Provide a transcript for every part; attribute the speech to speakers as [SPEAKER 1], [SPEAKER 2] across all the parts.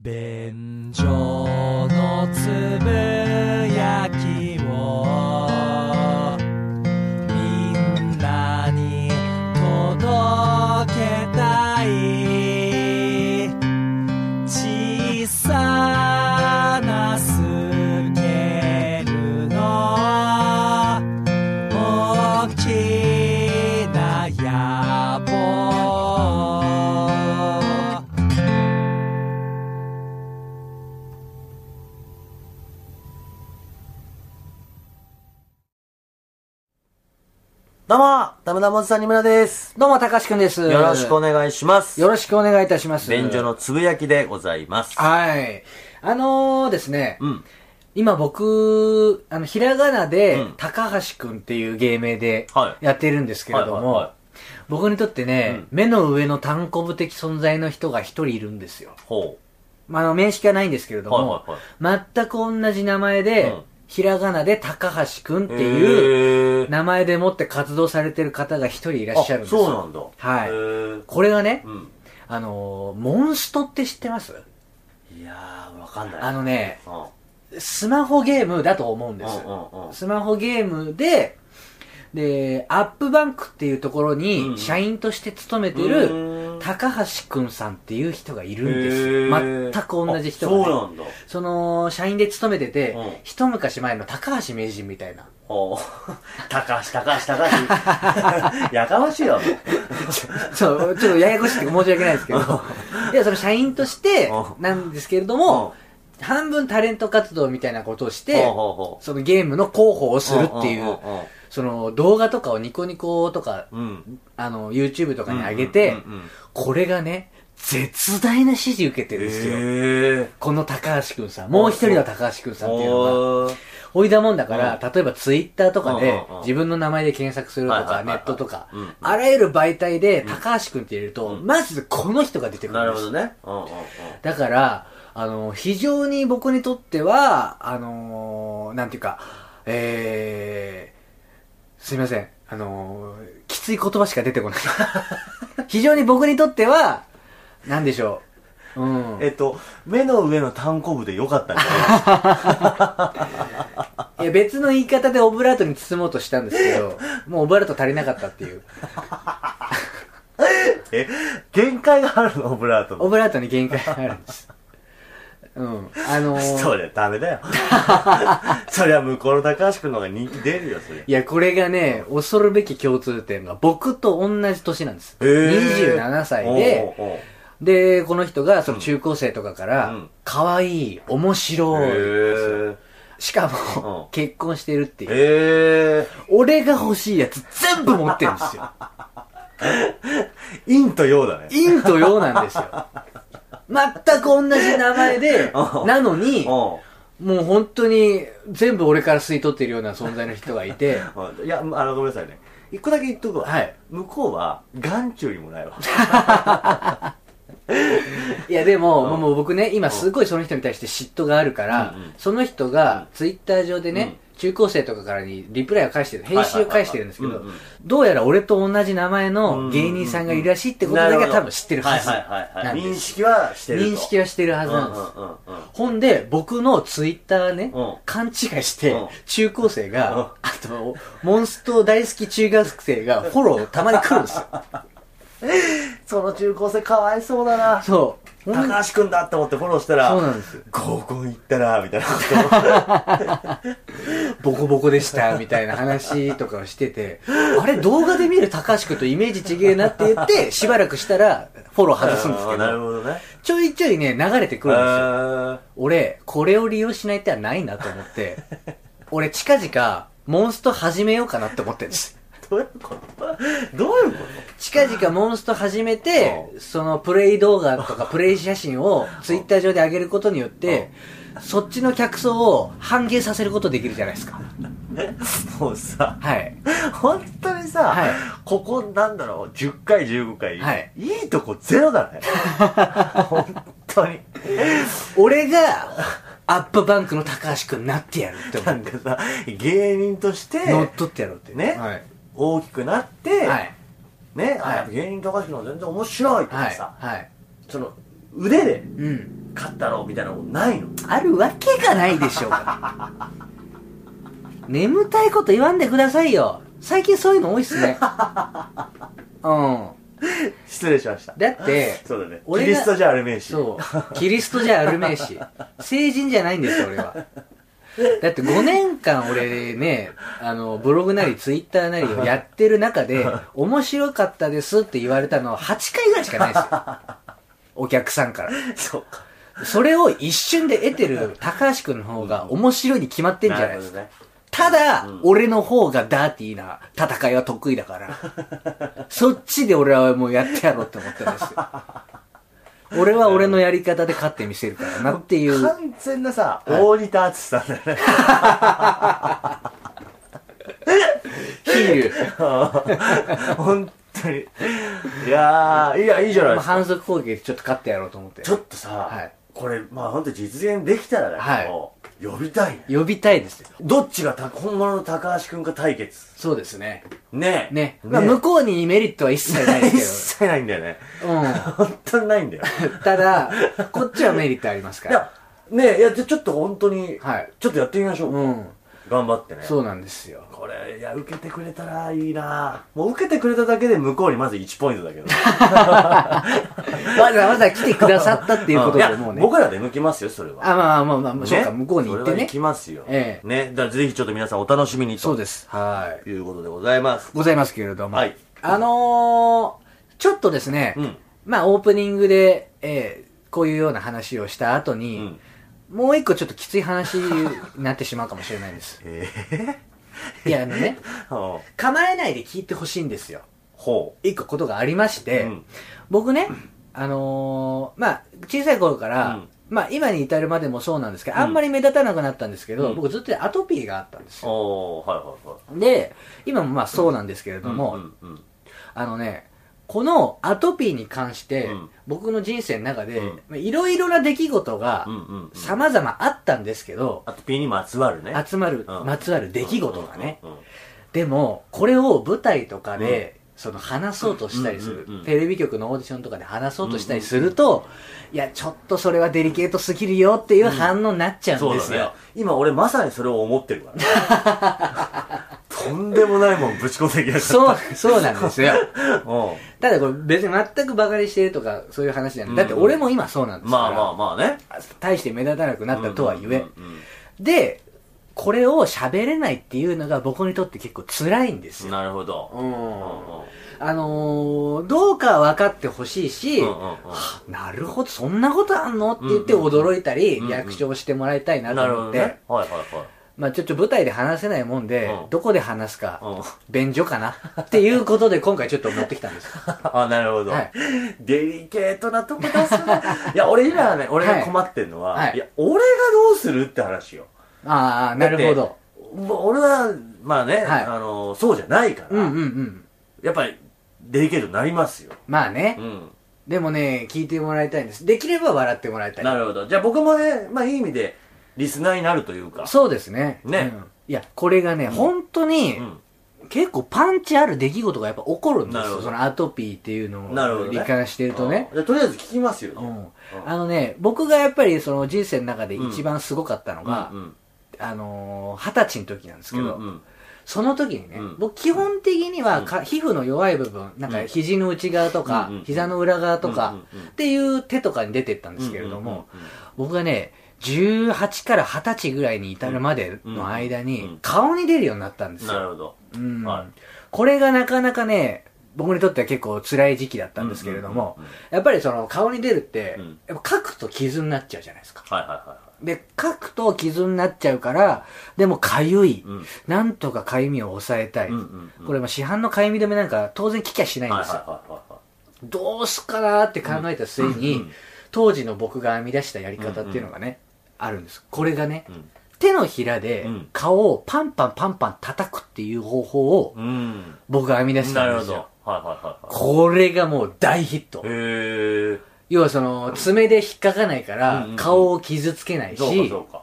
[SPEAKER 1] 便所のつぶやきをみんなに届けたい小さなスケールの大きな野望
[SPEAKER 2] どうも、ダムダモズさんにむらです。
[SPEAKER 3] どうも、たかしくんです。
[SPEAKER 2] よろしくお願いします。
[SPEAKER 3] よろしくお願いいたします。
[SPEAKER 2] 便所。のつぶやきでございます。
[SPEAKER 3] はい。あのー、ですね、
[SPEAKER 2] うん。
[SPEAKER 3] 今僕、あの、ひらがな
[SPEAKER 2] う
[SPEAKER 3] で
[SPEAKER 2] ん、
[SPEAKER 3] 高橋くんっていう芸名で
[SPEAKER 2] はい
[SPEAKER 3] やってるんですけれど
[SPEAKER 2] はいはいはい
[SPEAKER 3] も、僕にとってね、目の上の単行部的存在の人が一人いるんですよ。
[SPEAKER 2] ほ
[SPEAKER 3] まあ、あの、面識はないんですけれども、
[SPEAKER 2] はいは
[SPEAKER 3] 全く同じ名前
[SPEAKER 2] う
[SPEAKER 3] で、
[SPEAKER 2] ん
[SPEAKER 3] ひらがなで高橋くんっ
[SPEAKER 2] う。
[SPEAKER 3] ていう
[SPEAKER 2] う
[SPEAKER 3] 名前でもって活動されてる方が一人いらっしゃるんですよ。
[SPEAKER 2] そうなんだ。
[SPEAKER 3] はい
[SPEAKER 2] へー
[SPEAKER 3] これがね、
[SPEAKER 2] うん。
[SPEAKER 3] あのー、モンストって知ってます
[SPEAKER 2] いやー、わかんない。
[SPEAKER 3] あのね、
[SPEAKER 2] うん、
[SPEAKER 3] スマホゲームだと思うんです。
[SPEAKER 2] うんうんうん
[SPEAKER 3] スマホゲームで、で、アップバンクっていうところ
[SPEAKER 2] うんう
[SPEAKER 3] に
[SPEAKER 2] ん
[SPEAKER 3] 社員として勤めて
[SPEAKER 2] う
[SPEAKER 3] る
[SPEAKER 2] ーん
[SPEAKER 3] 高橋くんさんっていう人がいるん
[SPEAKER 2] へー
[SPEAKER 3] です。全く同じ人が、ね。
[SPEAKER 2] あそうなんだ。
[SPEAKER 3] その、社員で勤めてて、
[SPEAKER 2] うん
[SPEAKER 3] 一昔前の高橋名人みたいな。
[SPEAKER 2] ほう。高橋、高橋、 高橋。やかましいわ、も
[SPEAKER 3] そう、ちょっとややこしくて申し訳ない ですけど。いや、その社員として
[SPEAKER 2] う
[SPEAKER 3] なんですけれど
[SPEAKER 2] う
[SPEAKER 3] も、半分タレント活動みたいなことをして、
[SPEAKER 2] ほうほうほう
[SPEAKER 3] そのゲームの広報をするってい
[SPEAKER 2] んん
[SPEAKER 3] う、その動画とかをニコニコとか、
[SPEAKER 2] うんうん。
[SPEAKER 3] あの、YouTube とかに上げ
[SPEAKER 2] う
[SPEAKER 3] て
[SPEAKER 2] んうんうんうん、
[SPEAKER 3] これがね、絶大な支持受けて
[SPEAKER 2] へ
[SPEAKER 3] るんですよ。
[SPEAKER 2] ー。
[SPEAKER 3] この高橋くんさん、もう一人の高橋くんさんっていうのが、
[SPEAKER 2] おー
[SPEAKER 3] おいだもんだから、例えば Twitter とか
[SPEAKER 2] うん
[SPEAKER 3] で
[SPEAKER 2] うんうん
[SPEAKER 3] 自分の名前で検索すると
[SPEAKER 2] はいは
[SPEAKER 3] か、
[SPEAKER 2] いはい
[SPEAKER 3] ネ
[SPEAKER 2] はい
[SPEAKER 3] ットとか
[SPEAKER 2] うんうん、
[SPEAKER 3] あらゆる媒体で高橋くんって入れると、まずこの人が出てく
[SPEAKER 2] な
[SPEAKER 3] る
[SPEAKER 2] る
[SPEAKER 3] んで
[SPEAKER 2] ほ
[SPEAKER 3] す
[SPEAKER 2] ど。ね。うんうんうん。
[SPEAKER 3] だから、あの、非常に僕にとっては、あのーなんていうか、えー、すいません。あのーきつい言葉しか出 てこない。非常に僕にとっては、なんでしょう。うん。
[SPEAKER 2] えっと、目の上の単行部でよかったんじゃない
[SPEAKER 3] いや、別の言い方でオブラートに包もうとしたんですけ ど、もうオブラート足りなかったっていう。
[SPEAKER 2] え、限界があるのオブラート
[SPEAKER 3] オ
[SPEAKER 2] も。
[SPEAKER 3] ブラートに限界があるんです。うん。あのー
[SPEAKER 2] そりゃダメ だよ。そりゃ向こうの高橋くんの方が人気出るよ、それ。
[SPEAKER 3] いや、これがね、恐るべき共通点が、僕と同じ年なんです。
[SPEAKER 2] えー
[SPEAKER 3] 27歳で、
[SPEAKER 2] おうおうおう
[SPEAKER 3] で、この人が、その中高生とかか
[SPEAKER 2] う
[SPEAKER 3] ら
[SPEAKER 2] ん、
[SPEAKER 3] 可愛い、面白いですよ、
[SPEAKER 2] へ
[SPEAKER 3] しか
[SPEAKER 2] うん
[SPEAKER 3] も、結婚してるって
[SPEAKER 2] え。
[SPEAKER 3] いう。
[SPEAKER 2] へえ。
[SPEAKER 3] 俺が欲しいやつ全部持ってるんで すよ。
[SPEAKER 2] 陰と陽だね。
[SPEAKER 3] 陰と陽なんですよ。全く同じ名前で
[SPEAKER 2] う、ん
[SPEAKER 3] なのに、
[SPEAKER 2] うん
[SPEAKER 3] もう本当に全部俺から吸い取ってるような存在の人がいて、
[SPEAKER 2] うん。いや、あの、ごめんなさいね。一個だけ言っとくわ。
[SPEAKER 3] はい。
[SPEAKER 2] 向こうは、眼中にもないわ。
[SPEAKER 3] いやでも、
[SPEAKER 2] うん
[SPEAKER 3] もうもう僕ね、今すごいその人に対して嫉妬があるから、
[SPEAKER 2] うんうん
[SPEAKER 3] その人がツイッター上でね、中高生とかからにリプライを返してる、返信を返してるんですけ
[SPEAKER 2] はいは
[SPEAKER 3] ど
[SPEAKER 2] いはいはい、
[SPEAKER 3] どうやら俺と同じ名前の芸人さんがいるらしいってことだけは多分知ってるはず。
[SPEAKER 2] はいはいはい、
[SPEAKER 3] な
[SPEAKER 2] は
[SPEAKER 3] ん
[SPEAKER 2] い。認
[SPEAKER 3] です
[SPEAKER 2] 識はしてると。
[SPEAKER 3] 認識はしてるはずなんです。
[SPEAKER 2] うんうんうんうん。
[SPEAKER 3] ほんで、僕のツイッターね、
[SPEAKER 2] うん
[SPEAKER 3] 勘違いして
[SPEAKER 2] うん、
[SPEAKER 3] 中高生が、
[SPEAKER 2] うん
[SPEAKER 3] あと、モンスト大好き中学生がフォローたまに来るん ですよ。
[SPEAKER 2] その中高生かわいそうだな。
[SPEAKER 3] そう。ほん
[SPEAKER 2] 高橋くんだって思ってフォローしたら、
[SPEAKER 3] そうなんですよ。
[SPEAKER 2] 合コン行ったら、みたいなこと。
[SPEAKER 3] ボコボコでしたみたいな話とかをしてて、あれ動画で見る高橋君とイメージ違えなって言って、しばらくしたらフォロー外すんですけ
[SPEAKER 2] あーなる
[SPEAKER 3] ど、
[SPEAKER 2] ほどね。
[SPEAKER 3] ちょいちょいね、流れてくるんですよ。
[SPEAKER 2] あ
[SPEAKER 3] 俺、これを利用しない手はないなと思って、俺近々、モンスト始めようかなって思ってるんです。
[SPEAKER 2] ーどういうことどういうこ
[SPEAKER 3] 近々モンスト始めて、そのプレイ動画とかプレイ写真をツイッター上で上げることによって、そっちの客層を半減させることできるじゃないですか。
[SPEAKER 2] ともうさ、
[SPEAKER 3] はい。
[SPEAKER 2] 本当にさ、
[SPEAKER 3] はい
[SPEAKER 2] ここなんだろう、10回、15回、
[SPEAKER 3] はい
[SPEAKER 2] いいとこゼロ だね。本当に。
[SPEAKER 3] 俺が、アップバンクの高橋くんになってやるって思
[SPEAKER 2] な
[SPEAKER 3] っ
[SPEAKER 2] ん
[SPEAKER 3] て。
[SPEAKER 2] かさ、芸人として、
[SPEAKER 3] 乗っ取ってやろうって。
[SPEAKER 2] ね
[SPEAKER 3] はい。
[SPEAKER 2] 大きくなって、
[SPEAKER 3] はい。
[SPEAKER 2] ね、あ
[SPEAKER 3] はい
[SPEAKER 2] やっぱ芸人高橋の全然面白いと
[SPEAKER 3] は
[SPEAKER 2] か
[SPEAKER 3] い。
[SPEAKER 2] さ、
[SPEAKER 3] はい。
[SPEAKER 2] その、腕で
[SPEAKER 3] うん。
[SPEAKER 2] 勝ったろうみたいなことないの
[SPEAKER 3] あるわけがないでしょうが 眠たいこと言わんでくださいよ最近そういうの多いっす ねうん
[SPEAKER 2] 失礼しました
[SPEAKER 3] だって
[SPEAKER 2] そうだね
[SPEAKER 3] 俺
[SPEAKER 2] キ
[SPEAKER 3] が
[SPEAKER 2] リストじゃあるめえし
[SPEAKER 3] そうキリストじゃあるめえし成人じゃないんですよ俺はだって5年間俺ねあのブログなりツイッターなりをやってる中で「面白かったです」って言われたのは8回ぐらいしかないですよお客さんから
[SPEAKER 2] そうか
[SPEAKER 3] それを一瞬で得てる高橋君の方が面白いに決まってんじゃないですか
[SPEAKER 2] なる
[SPEAKER 3] ただ、
[SPEAKER 2] うん
[SPEAKER 3] 俺の方がダーティーな戦いは得意 だから、そっちで俺はもうやってやろうと思ったんですよ。俺は俺のやり方で勝ってみせるからなってい
[SPEAKER 2] ほどね
[SPEAKER 3] う。
[SPEAKER 2] 完全なさ
[SPEAKER 3] はい
[SPEAKER 2] 大仁田淳さんだよね
[SPEAKER 3] ヒール。
[SPEAKER 2] 本当にいやーいやいいじゃない
[SPEAKER 3] まあ
[SPEAKER 2] ですか
[SPEAKER 3] 反則攻撃でちょっと勝ってやろうと思って。
[SPEAKER 2] ちょっとさ、
[SPEAKER 3] はい
[SPEAKER 2] これまあ本当実現できたらだけど、呼びたいね
[SPEAKER 3] 呼びたいですよ。
[SPEAKER 2] どっちがた本物の高橋くんか対決
[SPEAKER 3] そうですね。
[SPEAKER 2] ねえ
[SPEAKER 3] ね。まあ、向こうにメリットは一切ないで
[SPEAKER 2] 一
[SPEAKER 3] す
[SPEAKER 2] 切ないんだよね
[SPEAKER 3] けど。うん。
[SPEAKER 2] 本当にないんだよ
[SPEAKER 3] ただ、こっちはメリットありますか
[SPEAKER 2] い
[SPEAKER 3] ら。
[SPEAKER 2] やねえいやじゃあちょっと本当に、
[SPEAKER 3] はい。
[SPEAKER 2] ちょっとやってみましょう、
[SPEAKER 3] うん。
[SPEAKER 2] 頑張ってね
[SPEAKER 3] そうなんですよ。
[SPEAKER 2] これいや受けてくれたらいいなもう受けてくれただけで向こうにまず1ポイントだけど
[SPEAKER 3] わざわざ来てくださったっていうことで
[SPEAKER 2] ん
[SPEAKER 3] もう
[SPEAKER 2] いや
[SPEAKER 3] ね。
[SPEAKER 2] 僕らで抜きますよそれは
[SPEAKER 3] あ、まあまあまあまあ、そうか、向こうに行って
[SPEAKER 2] それは
[SPEAKER 3] ね
[SPEAKER 2] 行。きますよ、
[SPEAKER 3] ええ
[SPEAKER 2] ねだからぜひちょっと皆さんお楽しみにと
[SPEAKER 3] そうです。は
[SPEAKER 2] いうことでございます
[SPEAKER 3] い。ございますけれども。
[SPEAKER 2] はい
[SPEAKER 3] あのー、ちょっとですね、
[SPEAKER 2] うん
[SPEAKER 3] まあオープニングで、えーこういうような話をした後
[SPEAKER 2] う
[SPEAKER 3] に
[SPEAKER 2] ん、
[SPEAKER 3] もう一個ちょっときつい話になってしまうかもしれない です。
[SPEAKER 2] え
[SPEAKER 3] いや、あのね、
[SPEAKER 2] えほ
[SPEAKER 3] 構えないで聞いてほしいんですよ。
[SPEAKER 2] う
[SPEAKER 3] 一個ことがありまして、
[SPEAKER 2] うん
[SPEAKER 3] 僕ね、あのーまあ、小さい頃から、
[SPEAKER 2] うん
[SPEAKER 3] まあ、今に至るまでもそうなんですけど、
[SPEAKER 2] うん
[SPEAKER 3] あんまり目立たなくなったんですけど、
[SPEAKER 2] うん
[SPEAKER 3] 僕ずっとアトピーがあったんですよ。
[SPEAKER 2] おーはいはいはい
[SPEAKER 3] で、今もまあそうなんですけれども、
[SPEAKER 2] うんうん
[SPEAKER 3] あのね、このアトピーに関して、
[SPEAKER 2] うん
[SPEAKER 3] 僕の人生の中で
[SPEAKER 2] うん、
[SPEAKER 3] まあいろいろな出来事が
[SPEAKER 2] うん、うんうん
[SPEAKER 3] 様々あったんですけど、
[SPEAKER 2] あとピーにまつわるね
[SPEAKER 3] 集まる、
[SPEAKER 2] うん
[SPEAKER 3] まつわる出来事がね。
[SPEAKER 2] うんうんうん
[SPEAKER 3] でも、これを舞台とかで、その話そうとしたりす
[SPEAKER 2] うん
[SPEAKER 3] る、
[SPEAKER 2] うんうん
[SPEAKER 3] テレビ局のオーディションとかで話そうとしたりすると、いや、ちょっとそれはデリケートすぎるよっていう反応になっちゃうん
[SPEAKER 2] そう
[SPEAKER 3] で
[SPEAKER 2] だ
[SPEAKER 3] す
[SPEAKER 2] ね
[SPEAKER 3] よ。
[SPEAKER 2] 今俺まさにそれを思ってるからね とんでもないもんぶち込んできやがった
[SPEAKER 3] そう、そうなんで すよ。
[SPEAKER 2] うん
[SPEAKER 3] ただこれ別に全くバカにしてるとかそういう話じゃない。だって俺も今そうなんですから。
[SPEAKER 2] まあまあまあね
[SPEAKER 3] 大して目立たなくなったとは言え、
[SPEAKER 2] うんうんうん
[SPEAKER 3] でこれを喋れないっていうのが僕にとって結構辛いんです
[SPEAKER 2] うん
[SPEAKER 3] よ、
[SPEAKER 2] なるほど
[SPEAKER 3] うん
[SPEAKER 2] うんうん
[SPEAKER 3] あのー、どうかは分かってほしいし、
[SPEAKER 2] うんうんうん
[SPEAKER 3] はあなるほどそんなことあんのって言って驚いたり、
[SPEAKER 2] うんうん
[SPEAKER 3] 略称してもらいたいなと
[SPEAKER 2] なるほ
[SPEAKER 3] 思
[SPEAKER 2] ど
[SPEAKER 3] っ
[SPEAKER 2] ね
[SPEAKER 3] て、
[SPEAKER 2] はいはいはい
[SPEAKER 3] まあちょっと舞台で話せないもんで、
[SPEAKER 2] うん
[SPEAKER 3] どこで話すか、
[SPEAKER 2] うん
[SPEAKER 3] 便所かなっていうことで今回ちょっと持ってきたんです
[SPEAKER 2] あなるほど、
[SPEAKER 3] はい
[SPEAKER 2] デリケートなと こ出すねいや俺今ね俺
[SPEAKER 3] は
[SPEAKER 2] が
[SPEAKER 3] い
[SPEAKER 2] 困ってんのは、
[SPEAKER 3] はい
[SPEAKER 2] い、や俺がどうするって話よ
[SPEAKER 3] ああなるほど
[SPEAKER 2] もう俺はまあね、
[SPEAKER 3] はい
[SPEAKER 2] あのそうじゃないから、
[SPEAKER 3] うんうんうん
[SPEAKER 2] やっぱりデリケートになりますよ
[SPEAKER 3] まあね、
[SPEAKER 2] うん
[SPEAKER 3] でもね聞いてもらいたいんですできれば笑ってもらいたい
[SPEAKER 2] なるほどじゃあ僕もねまあいい意味でリスナーになるというか
[SPEAKER 3] そうですね。
[SPEAKER 2] ね
[SPEAKER 3] うんいや、これがね、本当に、
[SPEAKER 2] ん
[SPEAKER 3] 結構パンチある出来事がやっぱ起こるんで
[SPEAKER 2] な
[SPEAKER 3] す
[SPEAKER 2] るほ
[SPEAKER 3] よ。
[SPEAKER 2] ど
[SPEAKER 3] そのアトピーっていうの
[SPEAKER 2] なるほ
[SPEAKER 3] を
[SPEAKER 2] どね
[SPEAKER 3] 罹患してるとね。
[SPEAKER 2] うんじゃあとりあえず聞きますよ、
[SPEAKER 3] う
[SPEAKER 2] ね
[SPEAKER 3] ん。あのね、僕がやっぱりその人生の中で
[SPEAKER 2] うん
[SPEAKER 3] 一番すごかったのが、
[SPEAKER 2] うんうん
[SPEAKER 3] あのー、二十歳の時なんですけど、
[SPEAKER 2] うんうん
[SPEAKER 3] その時にね、
[SPEAKER 2] うん
[SPEAKER 3] 僕基本的にはか、皮膚の弱い部分、なんか肘の内側とか、
[SPEAKER 2] うんうん
[SPEAKER 3] 膝の裏側とか、
[SPEAKER 2] うんうんうん
[SPEAKER 3] っていう手とかに出てったんですけれども、
[SPEAKER 2] うんうんうん
[SPEAKER 3] 僕がね、18から20歳ぐらいに至るまでの間
[SPEAKER 2] うんう
[SPEAKER 3] に
[SPEAKER 2] ん、
[SPEAKER 3] 顔に出るようになったんです
[SPEAKER 2] な
[SPEAKER 3] よ。
[SPEAKER 2] るほど
[SPEAKER 3] うん
[SPEAKER 2] はい
[SPEAKER 3] これがなかなかね、僕にとっては結構辛い時期だったんですけれども
[SPEAKER 2] うんうんうんうん、
[SPEAKER 3] やっぱりその顔に出るって
[SPEAKER 2] うん、
[SPEAKER 3] やっぱ書くと傷になっちゃうじゃないですか。
[SPEAKER 2] はいはいはいはい
[SPEAKER 3] で、書くと傷になっちゃうから、でも痒い。
[SPEAKER 2] うん
[SPEAKER 3] なんとか痒みを抑えたい
[SPEAKER 2] うんうんうん。
[SPEAKER 3] これも市販の痒み止めなんか当然効きゃしないん
[SPEAKER 2] はいはい
[SPEAKER 3] ですよ。
[SPEAKER 2] はいはいはい
[SPEAKER 3] どうすっかなーって考えた末
[SPEAKER 2] うんう
[SPEAKER 3] に
[SPEAKER 2] ん、
[SPEAKER 3] 当時の僕が編み出したやり方っていうのがね、あるんです。これがね、
[SPEAKER 2] うん
[SPEAKER 3] 手のひらで
[SPEAKER 2] うん
[SPEAKER 3] 顔をパンパンパンパン叩くっていう方法を
[SPEAKER 2] うん
[SPEAKER 3] 僕が編み出した
[SPEAKER 2] なんる
[SPEAKER 3] で
[SPEAKER 2] ほ
[SPEAKER 3] す
[SPEAKER 2] ど
[SPEAKER 3] よ。
[SPEAKER 2] はいはいは
[SPEAKER 3] これがもう大ヒット
[SPEAKER 2] いはい。へえ
[SPEAKER 3] 要はその爪で引っかかないから
[SPEAKER 2] うんうん
[SPEAKER 3] 顔を傷つけない
[SPEAKER 2] そうか
[SPEAKER 3] し
[SPEAKER 2] そ、うか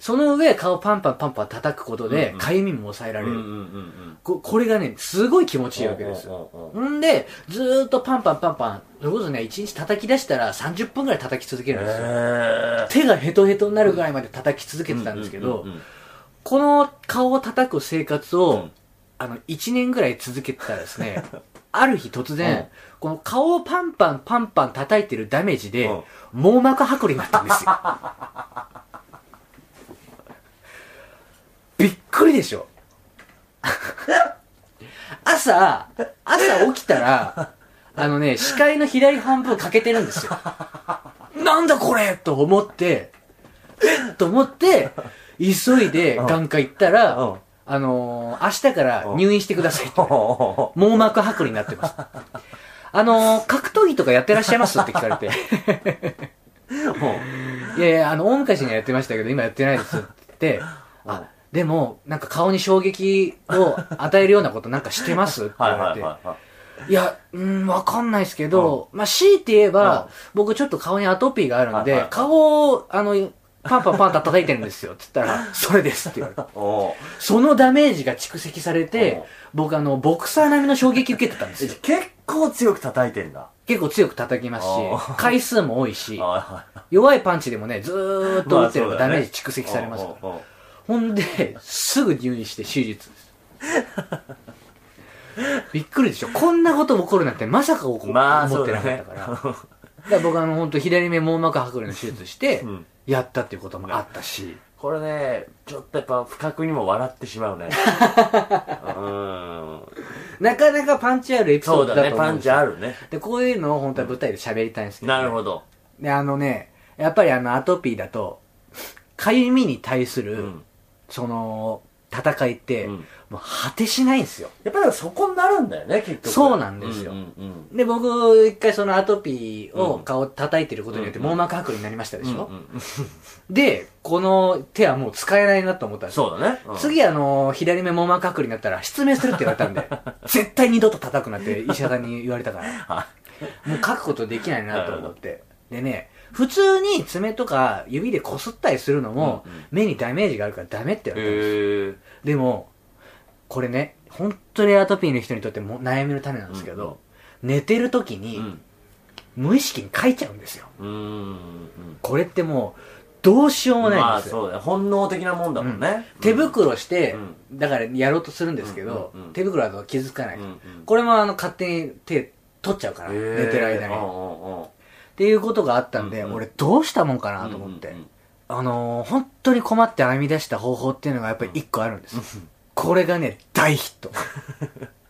[SPEAKER 3] その上顔パンパンパンパン叩くこと
[SPEAKER 2] うん
[SPEAKER 3] で
[SPEAKER 2] うん
[SPEAKER 3] かゆみも抑えられる、
[SPEAKER 2] うんうんうん
[SPEAKER 3] ここれがねすごい気持ちいいわけです
[SPEAKER 2] うんうんうん
[SPEAKER 3] ほんでずーっとパンパンパンパンそれこそね1日叩き出したら30分ぐらい叩き続けるんですよ、
[SPEAKER 2] へ
[SPEAKER 3] 手がヘトヘトになるぐらいまで叩き続けてたんですけ
[SPEAKER 2] う
[SPEAKER 3] ど、
[SPEAKER 2] うんうんうん
[SPEAKER 3] この顔を叩く生活を、
[SPEAKER 2] うん
[SPEAKER 3] あの1年ぐらい続けてたらですね ある日突然、
[SPEAKER 2] うん
[SPEAKER 3] この顔をパンパンパンパン叩いてるダメージで、
[SPEAKER 2] うん
[SPEAKER 3] 網膜剥離になったんで すよびっくりでしょ朝朝起きたらあのね視界の左半分欠けてるんで すよなんだこれと思ってえっと思って急いで眼科行ったら、
[SPEAKER 2] うん
[SPEAKER 3] あのー明日から入院してくださいって
[SPEAKER 2] ほ
[SPEAKER 3] 網膜剥離になってます。あのー格闘技とかやってらっしゃいますって聞か れて。
[SPEAKER 2] うほ
[SPEAKER 3] いやいや、あの、大昔にはやってましたけど、今やってないですって言って、
[SPEAKER 2] うん
[SPEAKER 3] あ、でも、なんか顔に衝撃を与えるようなことなんかしてますって
[SPEAKER 2] う
[SPEAKER 3] 言
[SPEAKER 2] はい
[SPEAKER 3] わ
[SPEAKER 2] は
[SPEAKER 3] れ
[SPEAKER 2] い
[SPEAKER 3] て。
[SPEAKER 2] はいはい
[SPEAKER 3] や、うん、わかんないですけど、まあ、強いて言えば、僕ちょっと顔にアトピーがあるん
[SPEAKER 2] はいはい
[SPEAKER 3] で
[SPEAKER 2] はい、
[SPEAKER 3] 顔を、あの、パンパンパンと叩いてるんですよって言ったら、それですって言われて。
[SPEAKER 2] いおう
[SPEAKER 3] そのダメージが蓄積され
[SPEAKER 2] うん
[SPEAKER 3] て、僕あの、ボクサー並みの衝撃受けてたんです
[SPEAKER 2] え
[SPEAKER 3] よ
[SPEAKER 2] じゃ。あ結構強く叩いてんだ
[SPEAKER 3] 結構強く叩きますし
[SPEAKER 2] あ、
[SPEAKER 3] 回数も多いし、
[SPEAKER 2] あ
[SPEAKER 3] 弱いパンチでもね、ずーっと打ってれ
[SPEAKER 2] ま
[SPEAKER 3] ば
[SPEAKER 2] あそ
[SPEAKER 3] ダ
[SPEAKER 2] うだね
[SPEAKER 3] メージ蓄積されますから。
[SPEAKER 2] おうおう
[SPEAKER 3] ほんで、すぐ入院して手術です。びっくりでしょ。こんなこと起こるなんてまさか起こ
[SPEAKER 2] おうまあ
[SPEAKER 3] 思
[SPEAKER 2] そ
[SPEAKER 3] っ
[SPEAKER 2] う
[SPEAKER 3] て
[SPEAKER 2] だ
[SPEAKER 3] なかった
[SPEAKER 2] ね
[SPEAKER 3] から。だから僕あの、本当左目網膜剥離の手術して
[SPEAKER 2] う、ん
[SPEAKER 3] やったっていうこともあったし、
[SPEAKER 2] これねちょっとやっぱ不覚にも笑ってしまう ねうん
[SPEAKER 3] なかなかパンチあるエピソ
[SPEAKER 2] そ
[SPEAKER 3] ー
[SPEAKER 2] う
[SPEAKER 3] ド
[SPEAKER 2] だ
[SPEAKER 3] だ
[SPEAKER 2] ね
[SPEAKER 3] と思
[SPEAKER 2] パ
[SPEAKER 3] う
[SPEAKER 2] ン
[SPEAKER 3] んです
[SPEAKER 2] チあ
[SPEAKER 3] よ。
[SPEAKER 2] るね
[SPEAKER 3] で、こういうのを本当は舞台で喋りたいんですけどね。
[SPEAKER 2] なるほど
[SPEAKER 3] で、あのね、やっぱりあの、アトピーだと、かゆみに対す
[SPEAKER 2] う
[SPEAKER 3] る、
[SPEAKER 2] ん
[SPEAKER 3] その、戦いって、
[SPEAKER 2] うん
[SPEAKER 3] もう果てしないんですよ。
[SPEAKER 2] やっぱりそこになるんだよね結局
[SPEAKER 3] そうなんですよ
[SPEAKER 2] うんうん
[SPEAKER 3] で、僕、一回そのアトピー
[SPEAKER 2] う
[SPEAKER 3] を
[SPEAKER 2] ん
[SPEAKER 3] 顔叩いてることによって
[SPEAKER 2] うんうん
[SPEAKER 3] 網膜剥離になりましたでしょ、
[SPEAKER 2] うんうん
[SPEAKER 3] で、この手はもう使えないなと思ったんですよ。
[SPEAKER 2] そうだねうん
[SPEAKER 3] 次、あの、左目網膜剥離になったら失明するって言われたんで、 絶対二度と叩くなって医者さんに言われたから。
[SPEAKER 2] は
[SPEAKER 3] もう書くことできないなと思って。でね、普通に爪とか指でこすったりするのも
[SPEAKER 2] うんうん、
[SPEAKER 3] 目にダメージがあるからダメって言われたんですよ。
[SPEAKER 2] へえ
[SPEAKER 3] でも、これね、本当にアトピーの人にとっても悩みの種なんですけど、寝てる時
[SPEAKER 2] う
[SPEAKER 3] に
[SPEAKER 2] ん
[SPEAKER 3] 無意識に書いちゃうんですよ。
[SPEAKER 2] うんうん
[SPEAKER 3] これってもう、どうしようも
[SPEAKER 2] ま
[SPEAKER 3] ないん
[SPEAKER 2] あ
[SPEAKER 3] ですよ。
[SPEAKER 2] そうだね本能的なもんだもんね
[SPEAKER 3] 手袋して、
[SPEAKER 2] う
[SPEAKER 3] だからやろうとするんですけど、
[SPEAKER 2] うんうんうん
[SPEAKER 3] 手袋だと気づかない、
[SPEAKER 2] うんうん
[SPEAKER 3] これもあの勝手に手取っちゃうから、
[SPEAKER 2] へえ
[SPEAKER 3] 寝てる間に。
[SPEAKER 2] うん
[SPEAKER 3] っ
[SPEAKER 2] うんうん
[SPEAKER 3] ていうことがあったんで、
[SPEAKER 2] うんうん
[SPEAKER 3] 俺どうしたもんかなと思って。
[SPEAKER 2] うんうんうん
[SPEAKER 3] あのー本当に困って編み出した方法っていうのがやっぱり一個あるんです、これがね大ヒット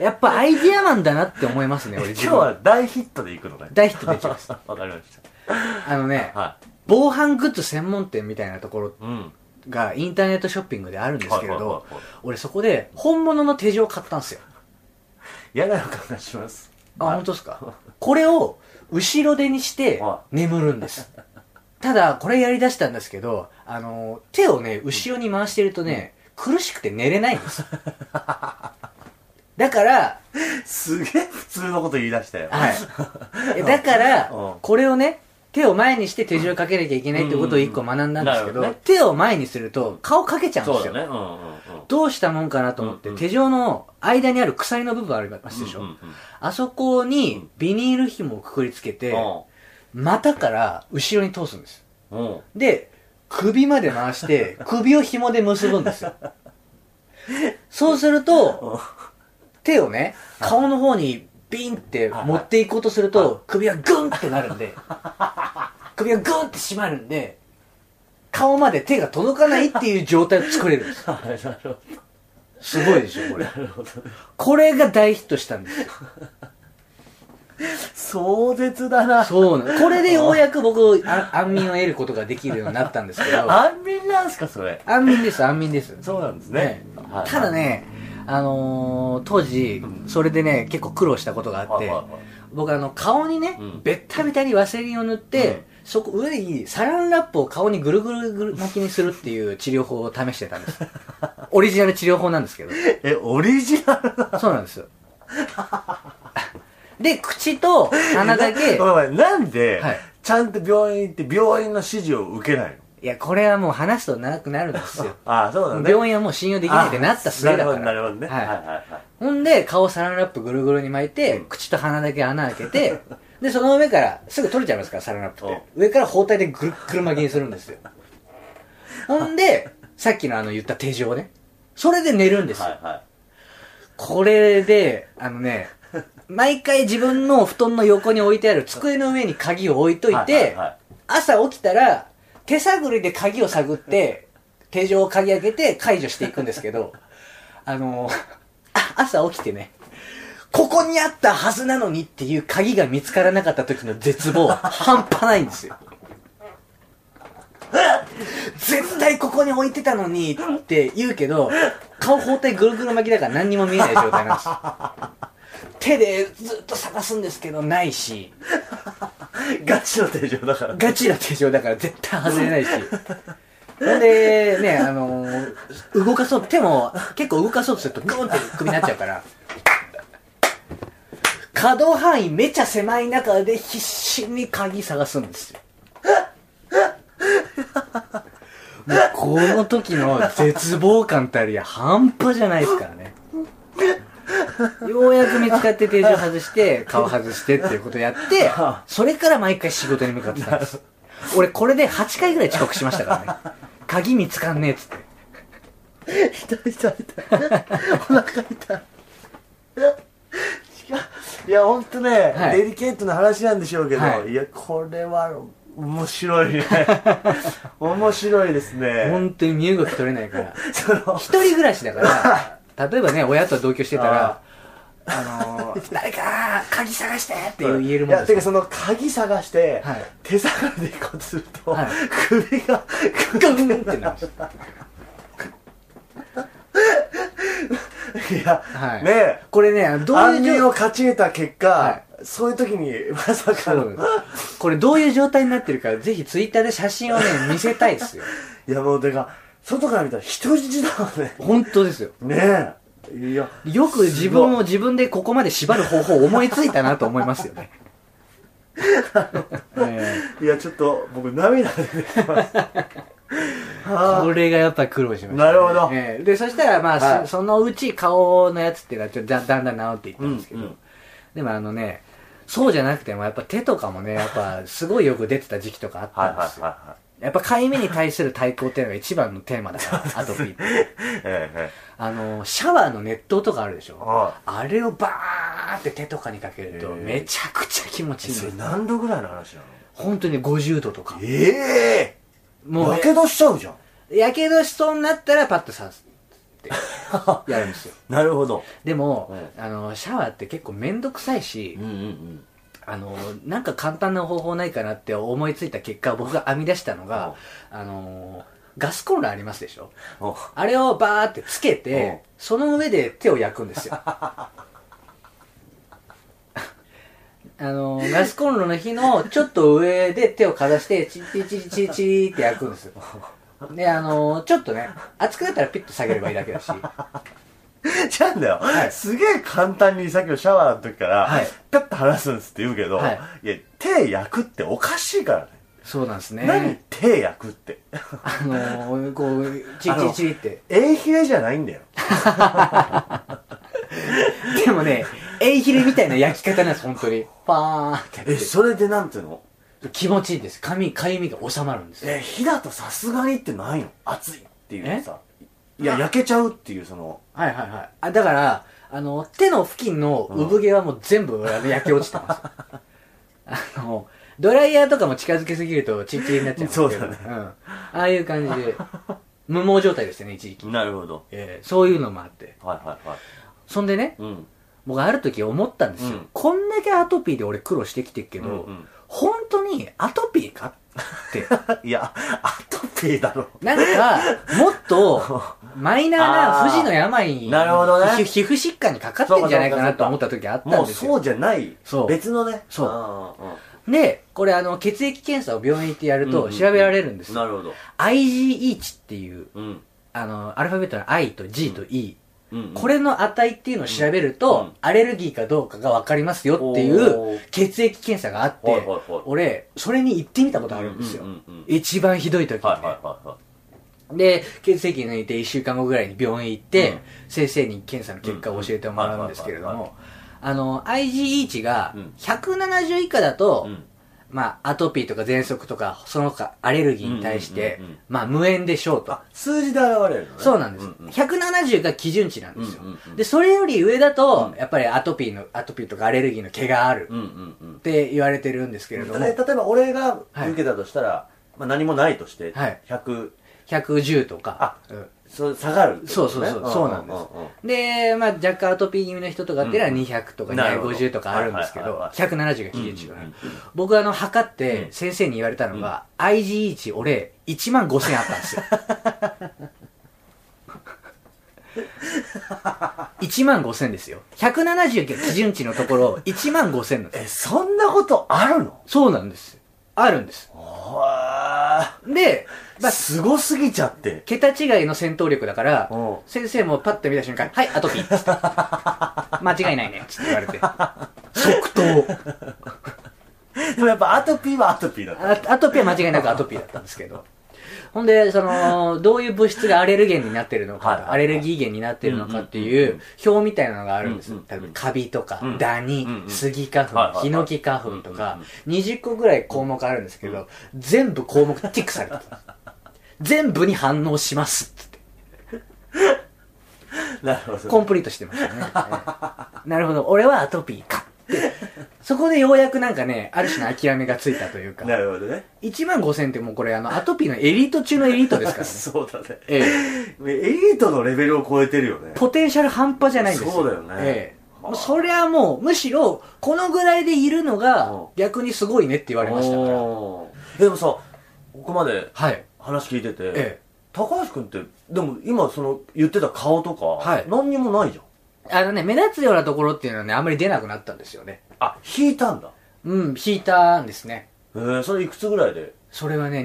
[SPEAKER 3] やっぱアイディアマンだなって思いますね
[SPEAKER 2] 今
[SPEAKER 3] 俺自
[SPEAKER 2] 日
[SPEAKER 3] 分
[SPEAKER 2] は大ヒットでいくのね
[SPEAKER 3] 大ヒットできます
[SPEAKER 2] わかりまし
[SPEAKER 3] あのね
[SPEAKER 2] たはい
[SPEAKER 3] 防犯グッズ専門店みたいなところ
[SPEAKER 2] うん
[SPEAKER 3] がインターネットショッピングであるんですけれ
[SPEAKER 2] はいはい
[SPEAKER 3] ど
[SPEAKER 2] はいはい
[SPEAKER 3] 俺そこで本物の手錠を買ったんですよ
[SPEAKER 2] 嫌な予感がします
[SPEAKER 3] あ本当ですかこれを後ろ手にして
[SPEAKER 2] は
[SPEAKER 3] 眠るんですただこれやりだしたんですけどあの手をね後ろに回してるとね、苦しくて寝れないんですだから、
[SPEAKER 2] すげえ普通のこと言い出したよ
[SPEAKER 3] はいえ。だから
[SPEAKER 2] うん、
[SPEAKER 3] これをね、手を前にして手錠かけなきゃいけないってことを一個学んだんで
[SPEAKER 2] う
[SPEAKER 3] すけ
[SPEAKER 2] んうん
[SPEAKER 3] ど、
[SPEAKER 2] なるほどね
[SPEAKER 3] 手を前にすると顔かけちゃうんで
[SPEAKER 2] そう
[SPEAKER 3] すよ。
[SPEAKER 2] だねうんうんうん
[SPEAKER 3] どうしたもんかなと思って、
[SPEAKER 2] うんうん
[SPEAKER 3] 手錠の間にある鎖の部分ありますでしょ、
[SPEAKER 2] うんうんうん
[SPEAKER 3] あそこにビニール紐をくくりつけて、股から後ろに通すんです。
[SPEAKER 2] うんうん
[SPEAKER 3] で、首まで回して、 首を紐で結ぶんですよ。そうすると、手をね、顔の方にビンって持っていこうとすると、首がグンってなるんで、首がグンって締まるんで、顔まで手が届かないっていう状態を作れるんです。
[SPEAKER 2] はいなるほど
[SPEAKER 3] すごいでしょ、これ。
[SPEAKER 2] なるほど
[SPEAKER 3] これが大ヒットしたんですよ。
[SPEAKER 2] 壮絶だな
[SPEAKER 3] そうなのこれでようやく僕、あ安眠を得ることができるようになったんですけど、
[SPEAKER 2] 安眠なんすかそれ
[SPEAKER 3] 安眠です、安眠です。
[SPEAKER 2] そうなんですね
[SPEAKER 3] ね、ただね、あのー当時、それでね、結構苦労したことがあっ
[SPEAKER 2] はい
[SPEAKER 3] て
[SPEAKER 2] はい、はい
[SPEAKER 3] 僕あの、顔にね
[SPEAKER 2] うん、
[SPEAKER 3] べったべたにワセリンを塗って、そこ、上にサランラップを顔にぐるぐるぐる巻きにするっていう 治療法を試してたん です。オリジナル治療法なんですけど。
[SPEAKER 2] えオリジナルな
[SPEAKER 3] そうな んですよ。で、口と鼻だけ
[SPEAKER 2] ごめ、んごめんなんで
[SPEAKER 3] はい
[SPEAKER 2] ちゃんと病院行って病院の指示を受けないの
[SPEAKER 3] いや、これはもう話すと長くなるんですよ。
[SPEAKER 2] ああ、 そうなんだね。
[SPEAKER 3] 病院はもう信用できないってなったすげだから。
[SPEAKER 2] あなるほど、なるほどね。
[SPEAKER 3] は
[SPEAKER 2] はいいはいはい。
[SPEAKER 3] ほんで、顔サランラップぐるぐるに巻いて、
[SPEAKER 2] うん
[SPEAKER 3] 口と鼻だけ穴開けて、 で、その上から、すぐ取れちゃいますから、サランラップって。上から包帯でぐるっぐる巻きにするんですよ。ほんで、さっきのあの言った手錠ね。それで寝るんですよ。
[SPEAKER 2] はいはい。
[SPEAKER 3] これで、あのね、毎回自分の布団の横に置いてある机の上に鍵を置いといて、
[SPEAKER 2] はいはいはい
[SPEAKER 3] 朝起きたら、手探りで鍵を探って、手錠を鍵開けて解除していくんですけど、 あの、あ朝起きてね、ここにあったはずなのにっていう鍵が見つからなかった時の絶望、半端ないんですよ。絶対ここに置いてたのにって言うけど、顔包帯ぐるぐる巻きだから何にも見えない状態なんですよ。手でずっと探すんですけどないし、
[SPEAKER 2] ガチの手錠だから。
[SPEAKER 3] ガチな手錠だから絶対外れないし。ほんで、ね、あのー動かそう、手も結構動かそうとするとグーンって首になっちゃうから。可動範囲めちゃ狭い中で必死に鍵探すんですよ。もうこの時の絶望感たるや半端じゃないですからね。ようやく見つかって手錠外して、 顔外してっていうことや って、それから毎回仕事に向かってたん です。俺これで8回ぐらい遅刻しました からね。鍵見つかんねえっつって。
[SPEAKER 2] 痛い痛い痛い。お腹痛い。いや、ほんとね、
[SPEAKER 3] はい
[SPEAKER 2] デリケートな話なんでしょうけど、
[SPEAKER 3] はい
[SPEAKER 2] い、や、これは面白いね。面白いですね。
[SPEAKER 3] 本当に身動き取れないから。
[SPEAKER 2] その、
[SPEAKER 3] 一人暮らしだから、 例えばね、親と同居してたら
[SPEAKER 2] あ、
[SPEAKER 3] あの ー、誰か鍵探してって言えるもん
[SPEAKER 2] い
[SPEAKER 3] で
[SPEAKER 2] や、
[SPEAKER 3] す
[SPEAKER 2] て
[SPEAKER 3] よ
[SPEAKER 2] かその鍵探して、
[SPEAKER 3] はい
[SPEAKER 2] 手探りで行こうとすると、
[SPEAKER 3] はい
[SPEAKER 2] 首が、
[SPEAKER 3] ガンってなる。
[SPEAKER 2] いや、
[SPEAKER 3] はい
[SPEAKER 2] ねえ、
[SPEAKER 3] これね、どう
[SPEAKER 2] 安
[SPEAKER 3] いう
[SPEAKER 2] 眠
[SPEAKER 3] 状
[SPEAKER 2] を勝ち得た結果、
[SPEAKER 3] は
[SPEAKER 2] そういう時にまさか
[SPEAKER 3] そう
[SPEAKER 2] の
[SPEAKER 3] なんですこれどういう状態になってるか、ぜひツイッターで写真をね、見せたい ですよ。
[SPEAKER 2] いやもうてか外から見たら人質だもんね
[SPEAKER 3] 本当ですよ。
[SPEAKER 2] ねえいや
[SPEAKER 3] よく自分を自分でここまで縛る方法を思いついたなと思います よね。え
[SPEAKER 2] いやちょっと僕涙出てきます
[SPEAKER 3] えこ
[SPEAKER 2] あ
[SPEAKER 3] れがやっぱり苦労しました、
[SPEAKER 2] なるほど
[SPEAKER 3] ええで、そしたらまあ、
[SPEAKER 2] はい
[SPEAKER 3] そそのうち顔のやつっていうのはちょっとだだんだん治っていった
[SPEAKER 2] うんん
[SPEAKER 3] ですけど、でもあのね、そうじゃなくてもやっぱ手とか もね、やっぱすごいよく出てた時期とかあっ
[SPEAKER 2] はい
[SPEAKER 3] た
[SPEAKER 2] は
[SPEAKER 3] ん
[SPEAKER 2] い
[SPEAKER 3] ですよ。
[SPEAKER 2] は
[SPEAKER 3] やっぱ痒みに対する対抗っていうのが一番のテーマ だから、アトピーって。
[SPEAKER 2] いはいええええ
[SPEAKER 3] あのシャワーの熱湯とかあるでしょ
[SPEAKER 2] あ
[SPEAKER 3] あれをバーって手とかにかけると
[SPEAKER 2] へー
[SPEAKER 3] めちゃくちゃ気持ちいい
[SPEAKER 2] それ
[SPEAKER 3] の
[SPEAKER 2] 何度ぐらいの話なの
[SPEAKER 3] 本当に50度とか
[SPEAKER 2] ええ
[SPEAKER 3] も
[SPEAKER 2] やけどしちゃうじゃん
[SPEAKER 3] うやけどしそうになったらパッと刺す ってやるんですよ
[SPEAKER 2] なるほど
[SPEAKER 3] でも、あのシャワーって結構めんどくさいし
[SPEAKER 2] うん、うんうん
[SPEAKER 3] あのなんか簡単な方法ないかなって思いついた結果僕が編み出したのが、あのガスコンロありますでしょ
[SPEAKER 2] お
[SPEAKER 3] あれをバーってつけ
[SPEAKER 2] う
[SPEAKER 3] て
[SPEAKER 2] ん、
[SPEAKER 3] その上で手を焼くんですよ。 あの、ガスコンロの火のちょっと上で手をかざして、チリチリチリチリチリって焼くんですよ。で、あの、ちょっとね、熱くなったらピッと下げればいいだけだし。
[SPEAKER 2] じゃあんだよ、
[SPEAKER 3] はい
[SPEAKER 2] すげえ簡単にさっきのシャワーの時から、
[SPEAKER 3] はい
[SPEAKER 2] ペッと離すんですって言うけど、
[SPEAKER 3] はい
[SPEAKER 2] い、や手焼くっておかしいからね、
[SPEAKER 3] そうなんです
[SPEAKER 2] 何
[SPEAKER 3] ね。
[SPEAKER 2] 手焼くって
[SPEAKER 3] あの、こう、チリチリチリって。
[SPEAKER 2] えいひれじゃないんだよ
[SPEAKER 3] でもね、エイヒレみたいな焼き方なんです、本当に。パーンって
[SPEAKER 2] え
[SPEAKER 3] やっ
[SPEAKER 2] それでなんていうの
[SPEAKER 3] て。気持ちいいんです。髪、かゆみが収まるんですよ。
[SPEAKER 2] え火だとさすがにってないの熱いっていうさいや焼けちゃうっていうその
[SPEAKER 3] はいはいはい。あ、だから、あの、手の付近の産毛はもう全部あの焼け落ちてます。あの、ドライヤーとかも近づけすぎるとチリチリになっちゃうんですけど。
[SPEAKER 2] そうだね
[SPEAKER 3] ん。ああいう感じで、 無毛状態でしたね、一時期。
[SPEAKER 2] なるほど
[SPEAKER 3] えーそういうのもあって。
[SPEAKER 2] はいはいはい
[SPEAKER 3] そんでね、
[SPEAKER 2] うん
[SPEAKER 3] 僕ある時思ったんですよ。
[SPEAKER 2] うん
[SPEAKER 3] こんだけアトピーで俺苦労してきてるけど、
[SPEAKER 2] うんうん
[SPEAKER 3] 本当にアトピーかって。
[SPEAKER 2] いやアトピーだろ
[SPEAKER 3] なんか、もっと、マイナーな不治の病に、
[SPEAKER 2] なるほどね
[SPEAKER 3] ひ皮膚疾患にかかってんじゃないか なと思った時あった
[SPEAKER 2] も
[SPEAKER 3] ん
[SPEAKER 2] う
[SPEAKER 3] です
[SPEAKER 2] そ
[SPEAKER 3] よ。
[SPEAKER 2] うじゃない
[SPEAKER 3] そう
[SPEAKER 2] 別のね
[SPEAKER 3] そう
[SPEAKER 2] うん
[SPEAKER 3] んで、これあの、血液検査を病院行ってやる
[SPEAKER 2] うん
[SPEAKER 3] と
[SPEAKER 2] うん
[SPEAKER 3] 調べられるんですよ。
[SPEAKER 2] るほど
[SPEAKER 3] IgE 値っていう、
[SPEAKER 2] うん
[SPEAKER 3] あの、アルファベットの I と G と E
[SPEAKER 2] うんうん
[SPEAKER 3] これの値っていうのを調べると、
[SPEAKER 2] うん
[SPEAKER 3] アレルギーかどうかが分かりますよっていう
[SPEAKER 2] おー
[SPEAKER 3] 血液検査があって、
[SPEAKER 2] はいはいはい
[SPEAKER 3] 俺、それに行ってみたことあるんですよ。
[SPEAKER 2] うんうんうんうん
[SPEAKER 3] 一番ひどい時に、ね
[SPEAKER 2] はいはいはいはい
[SPEAKER 3] で、血液抜いて1週間後ぐらいに病院行って、
[SPEAKER 2] うん
[SPEAKER 3] 先生に検査の結果を教えてもらうんですけれど
[SPEAKER 2] うんはい
[SPEAKER 3] も、あの、IgE 値が
[SPEAKER 2] うん
[SPEAKER 3] 170以下だと、
[SPEAKER 2] うん
[SPEAKER 3] まあ、アトピーとか喘息とか、その他アレルギーに対して、
[SPEAKER 2] うんうんうんうん
[SPEAKER 3] まあ、無縁でしょうと。
[SPEAKER 2] 数字で現れるのね
[SPEAKER 3] そうなんです。
[SPEAKER 2] うん
[SPEAKER 3] 170が基準値なんですよ。
[SPEAKER 2] うんうんうん
[SPEAKER 3] で、それより上だと、
[SPEAKER 2] うん
[SPEAKER 3] やっぱりアトピーの、アトピーとかアレルギーの毛がある
[SPEAKER 2] うんうんうん
[SPEAKER 3] って言われてるんですけれども
[SPEAKER 2] 例え、ば俺が
[SPEAKER 3] はい
[SPEAKER 2] 受けたとしたら、まあ、何もないとして、
[SPEAKER 3] はい
[SPEAKER 2] 100
[SPEAKER 3] 110とか。
[SPEAKER 2] あ
[SPEAKER 3] うん
[SPEAKER 2] そう下がるって
[SPEAKER 3] そ
[SPEAKER 2] こと
[SPEAKER 3] うそう
[SPEAKER 2] ね、
[SPEAKER 3] そう、そうなんで
[SPEAKER 2] うんうん
[SPEAKER 3] す。で、まあ若干アトピー気味の人とかっていうのは200とか
[SPEAKER 2] なるほど
[SPEAKER 3] 250とかあるんですけ
[SPEAKER 2] はい
[SPEAKER 3] ど
[SPEAKER 2] はい、はい
[SPEAKER 3] 170が基準値だ
[SPEAKER 2] うんうんうん
[SPEAKER 3] 僕あの、測っ
[SPEAKER 2] う
[SPEAKER 3] て
[SPEAKER 2] ん
[SPEAKER 3] 先生に言われたのが、IgE 値俺1万5000あったんで すよ。1万5000ですよ。170が基準値のところ、1万5000なんですよ
[SPEAKER 2] えそんなことあるの
[SPEAKER 3] そうなんです。あるんです。
[SPEAKER 2] あ
[SPEAKER 3] で、まあ、
[SPEAKER 2] すごすぎちゃって
[SPEAKER 3] 桁違いの戦闘力だから
[SPEAKER 2] うん、
[SPEAKER 3] 先生もパッと見た瞬間、はい、アトピー っつって。間違いないね、つって言われて。即答。
[SPEAKER 2] でもやっぱアトピーはアトピーだった
[SPEAKER 3] あアトピーは間違いなくアトピーだったんですけど。ほんで、その、どういう物質がアレルゲンになってるの
[SPEAKER 2] はいはいは
[SPEAKER 3] か、
[SPEAKER 2] い
[SPEAKER 3] アレルギー源になってるのかって
[SPEAKER 2] うん
[SPEAKER 3] い
[SPEAKER 2] うん
[SPEAKER 3] う表みたいなのがあるんです
[SPEAKER 2] うんうん。
[SPEAKER 3] 例えば、カビとか
[SPEAKER 2] う、ん
[SPEAKER 3] ダニ
[SPEAKER 2] うんう、ん
[SPEAKER 3] スギ花
[SPEAKER 2] はいはい
[SPEAKER 3] 粉、
[SPEAKER 2] はい
[SPEAKER 3] ヒノキ花粉と
[SPEAKER 2] う
[SPEAKER 3] か
[SPEAKER 2] んうん、
[SPEAKER 3] 20個ぐらい項目あるんですけど、全部項目ティックされてた。全部に反応しますっつって。
[SPEAKER 2] なるほど
[SPEAKER 3] コンプリートしてましたね。なるほど、俺はアトピーかって。そこでようやくなんかね、ある種の諦めがついたというか、
[SPEAKER 2] なるほどね
[SPEAKER 3] 1万5000ってもうこれあの、アトピーのエリート中のエリートですか らね。
[SPEAKER 2] そうだね
[SPEAKER 3] ええ
[SPEAKER 2] エリートのレベルを超えてるよね
[SPEAKER 3] ポテンシャル半端じゃないんですよ。
[SPEAKER 2] そうだよね
[SPEAKER 3] ええ
[SPEAKER 2] はあ
[SPEAKER 3] もうそれはもう、むしろ、このぐらいでいるの
[SPEAKER 2] うん
[SPEAKER 3] が、逆にすごいねって言われましたから。
[SPEAKER 2] おーでもさここまで
[SPEAKER 3] はい。
[SPEAKER 2] 話聞いてて、
[SPEAKER 3] え
[SPEAKER 2] 高橋君ってでも今その言ってた顔とか、
[SPEAKER 3] はい
[SPEAKER 2] 何にもないじゃん
[SPEAKER 3] あのね、目立つようなところっていうのはね、あんまり出なくなったんですよね。
[SPEAKER 2] あ引いたんだ
[SPEAKER 3] うん、引いたんですね。
[SPEAKER 2] えー、それいくつぐらいで
[SPEAKER 3] それはね、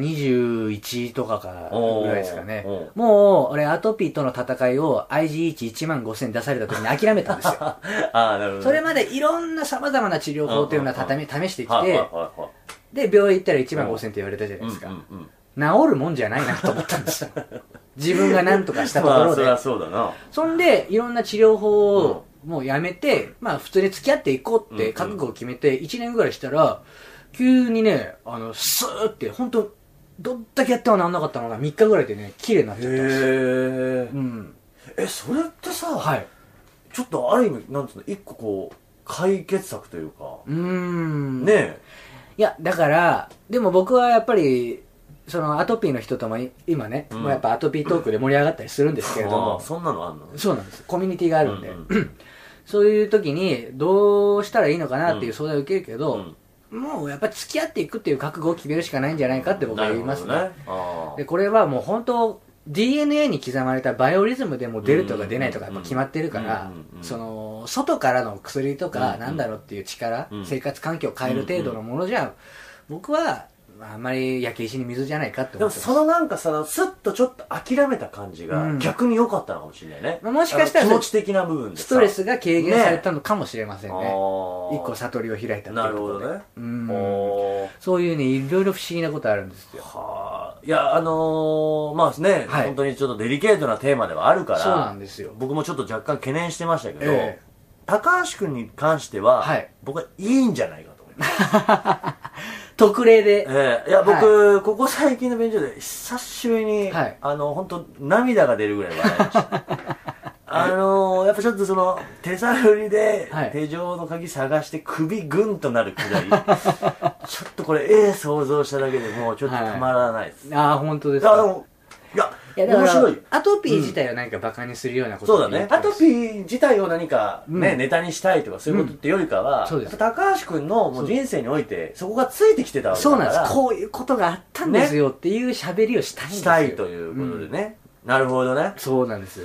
[SPEAKER 3] 21とかかぐらいですかね
[SPEAKER 2] おー。
[SPEAKER 3] もう、俺、アトピーとの戦いを IG 値1万5000出された時に諦めたんです よ。
[SPEAKER 2] ああなるほ
[SPEAKER 3] それまでいろんな様々な治療法というのはたため試してき
[SPEAKER 2] はいはい
[SPEAKER 3] て、
[SPEAKER 2] はいはい
[SPEAKER 3] で、病院行ったら1万5000って言われたじゃないですか。
[SPEAKER 2] うんうんうん
[SPEAKER 3] 治るもんじゃないなと思った んですよ。自分が何とかしたとこ
[SPEAKER 2] まあ
[SPEAKER 3] ろ
[SPEAKER 2] そ
[SPEAKER 3] で。
[SPEAKER 2] りゃそうだな
[SPEAKER 3] そんで、いろんな治療法をもうやめて、まあ普通に付き合っていこうっ
[SPEAKER 2] うんう
[SPEAKER 3] て
[SPEAKER 2] ん
[SPEAKER 3] 覚悟を決めて、1年ぐらいしたら、急にね、あの、スーって、本当どんだけやってもなんなかったのが3日ぐらいでね、綺麗になっちゃったんですよ。
[SPEAKER 2] へ
[SPEAKER 3] う
[SPEAKER 2] え
[SPEAKER 3] ん。
[SPEAKER 2] えそれってさ、
[SPEAKER 3] はい。
[SPEAKER 2] ちょっとある意味なんつうの一個こう解決策というか、
[SPEAKER 3] うーん。
[SPEAKER 2] ねえ
[SPEAKER 3] いや、だから、でも僕はやっぱり、そのアトピーの人ともい今ね、
[SPEAKER 2] うん
[SPEAKER 3] もうやっぱアトピートークで盛り上がったりするんですけれど
[SPEAKER 2] あー
[SPEAKER 3] も、
[SPEAKER 2] そんなのあんの
[SPEAKER 3] そうなんです。コミュニティがあるんで。
[SPEAKER 2] うんうん
[SPEAKER 3] そういう時にどうしたらいいのかなっていううん相談を受けるけど、もうやっぱ付き合っていくっていう覚悟を決めるしかないんじゃないかって僕は言います
[SPEAKER 2] な
[SPEAKER 3] ね
[SPEAKER 2] る。ほど
[SPEAKER 3] で、
[SPEAKER 2] ね
[SPEAKER 3] これはもう本当、DNA に刻まれたバイオリズムでもう出るとか出ないとかやっぱ決まってるから
[SPEAKER 2] うんうんう、ん
[SPEAKER 3] その、外からの薬と
[SPEAKER 2] うん
[SPEAKER 3] か
[SPEAKER 2] うん
[SPEAKER 3] なんだろうっていう力
[SPEAKER 2] う、ん
[SPEAKER 3] 生活環境を変える程度のものじゃ、僕はあんまり焼け石に水じゃないかっ
[SPEAKER 2] あー
[SPEAKER 3] て
[SPEAKER 2] でも
[SPEAKER 3] 思ってま
[SPEAKER 2] そ。
[SPEAKER 3] す
[SPEAKER 2] のなんかさスッとちょっと諦めた感じ
[SPEAKER 3] う
[SPEAKER 2] が
[SPEAKER 3] ん
[SPEAKER 2] 逆に良かったのかもしれないね、
[SPEAKER 3] まあもしかした
[SPEAKER 2] あ
[SPEAKER 3] ら
[SPEAKER 2] の気持ち的な部分でさ
[SPEAKER 3] ストレスが軽減されたのかもしれません
[SPEAKER 2] あ
[SPEAKER 3] ね。
[SPEAKER 2] ー
[SPEAKER 3] 一個悟りを開いたっていう
[SPEAKER 2] なる
[SPEAKER 3] こ
[SPEAKER 2] ほ
[SPEAKER 3] とで
[SPEAKER 2] どね
[SPEAKER 3] うん
[SPEAKER 2] おー
[SPEAKER 3] そういうね、いろいろ不思議なことあるんですよ。
[SPEAKER 2] はあいやあのー、まあね、
[SPEAKER 3] はい
[SPEAKER 2] 本当にちょっとデリケートなテーマではあるから
[SPEAKER 3] そうなんですよ
[SPEAKER 2] 僕もちょっと若干懸念してましたけど、
[SPEAKER 3] ええ
[SPEAKER 2] 高橋君に関しては、
[SPEAKER 3] はい
[SPEAKER 2] 僕はいいんじゃないかと思います、
[SPEAKER 3] 特例で。
[SPEAKER 2] ええいや僕、
[SPEAKER 3] は
[SPEAKER 2] ここ最近の勉強で久しぶりに、
[SPEAKER 3] はい
[SPEAKER 2] あの本当涙が出るぐらい笑いました あのー、やっぱちょっとその手探りで
[SPEAKER 3] はい
[SPEAKER 2] 手錠の鍵探して首グンとなるくらい、 ちょっとこれ絵想像しただけでもうちょっとたまらないです、
[SPEAKER 3] ああ、本当で
[SPEAKER 2] い
[SPEAKER 3] す
[SPEAKER 2] や、で
[SPEAKER 3] か。
[SPEAKER 2] も、いや、
[SPEAKER 3] いや、だか
[SPEAKER 2] 面白いよ
[SPEAKER 3] ら。、アトピー自体をなんかバカにするようなこ
[SPEAKER 2] そ
[SPEAKER 3] と
[SPEAKER 2] うだ
[SPEAKER 3] って言
[SPEAKER 2] ね
[SPEAKER 3] っ。て
[SPEAKER 2] ア
[SPEAKER 3] ます
[SPEAKER 2] トピー自体を何かね、
[SPEAKER 3] うん
[SPEAKER 2] ネタにしたいとかそういうことってよりかは、
[SPEAKER 3] んそうです
[SPEAKER 2] やっぱ高橋君のもう人生において、そこがついてきてたわけだ
[SPEAKER 3] そう
[SPEAKER 2] か
[SPEAKER 3] なんで
[SPEAKER 2] ら、
[SPEAKER 3] す。こういうことがあったんですよっていう喋りをしたいんですよ。
[SPEAKER 2] したいということでね。なるほどね。
[SPEAKER 3] そうなんです。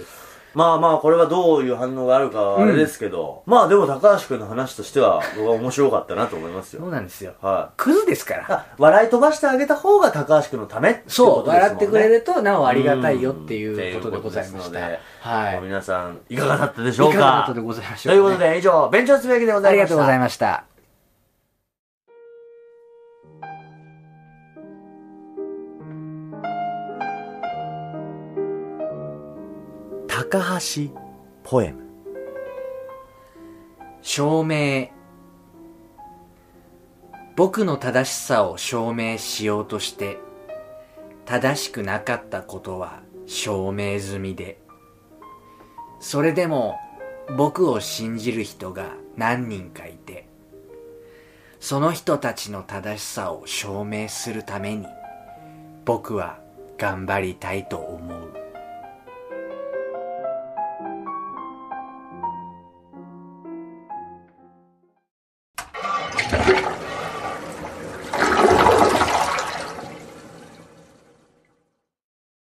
[SPEAKER 2] まあまあ、これはどういう反応があるかはあれですけど、まあでも高橋君の話としては、僕は面白かったなと思います
[SPEAKER 3] そ
[SPEAKER 2] よ。
[SPEAKER 3] うなんですよ。
[SPEAKER 2] は
[SPEAKER 3] クズですから
[SPEAKER 2] い。。あ笑い飛ばしてあげた方が高橋君のためっていう
[SPEAKER 3] そう、
[SPEAKER 2] ことですもんね。
[SPEAKER 3] 笑ってくれると、なおありがたいよっていうことでございま
[SPEAKER 2] うんっ
[SPEAKER 3] してた。
[SPEAKER 2] いうこと
[SPEAKER 3] は
[SPEAKER 2] です
[SPEAKER 3] い。
[SPEAKER 2] ので皆さん、いかがだったでしょう
[SPEAKER 3] い
[SPEAKER 2] か
[SPEAKER 3] かがなことでございましょ
[SPEAKER 2] と
[SPEAKER 3] うかね
[SPEAKER 2] いうことで、以上、勉強すべきでござ
[SPEAKER 3] あ
[SPEAKER 2] い
[SPEAKER 3] り
[SPEAKER 2] ま
[SPEAKER 3] が
[SPEAKER 2] した。
[SPEAKER 3] とうございました。
[SPEAKER 2] 高橋ポエム。
[SPEAKER 3] 証明。僕の正しさを証明しようとして、正しくなかったことは証明済みで。それでも僕を信じる人が何人かいて、その人たちの正しさを証明するために、僕は頑張りたいと思う。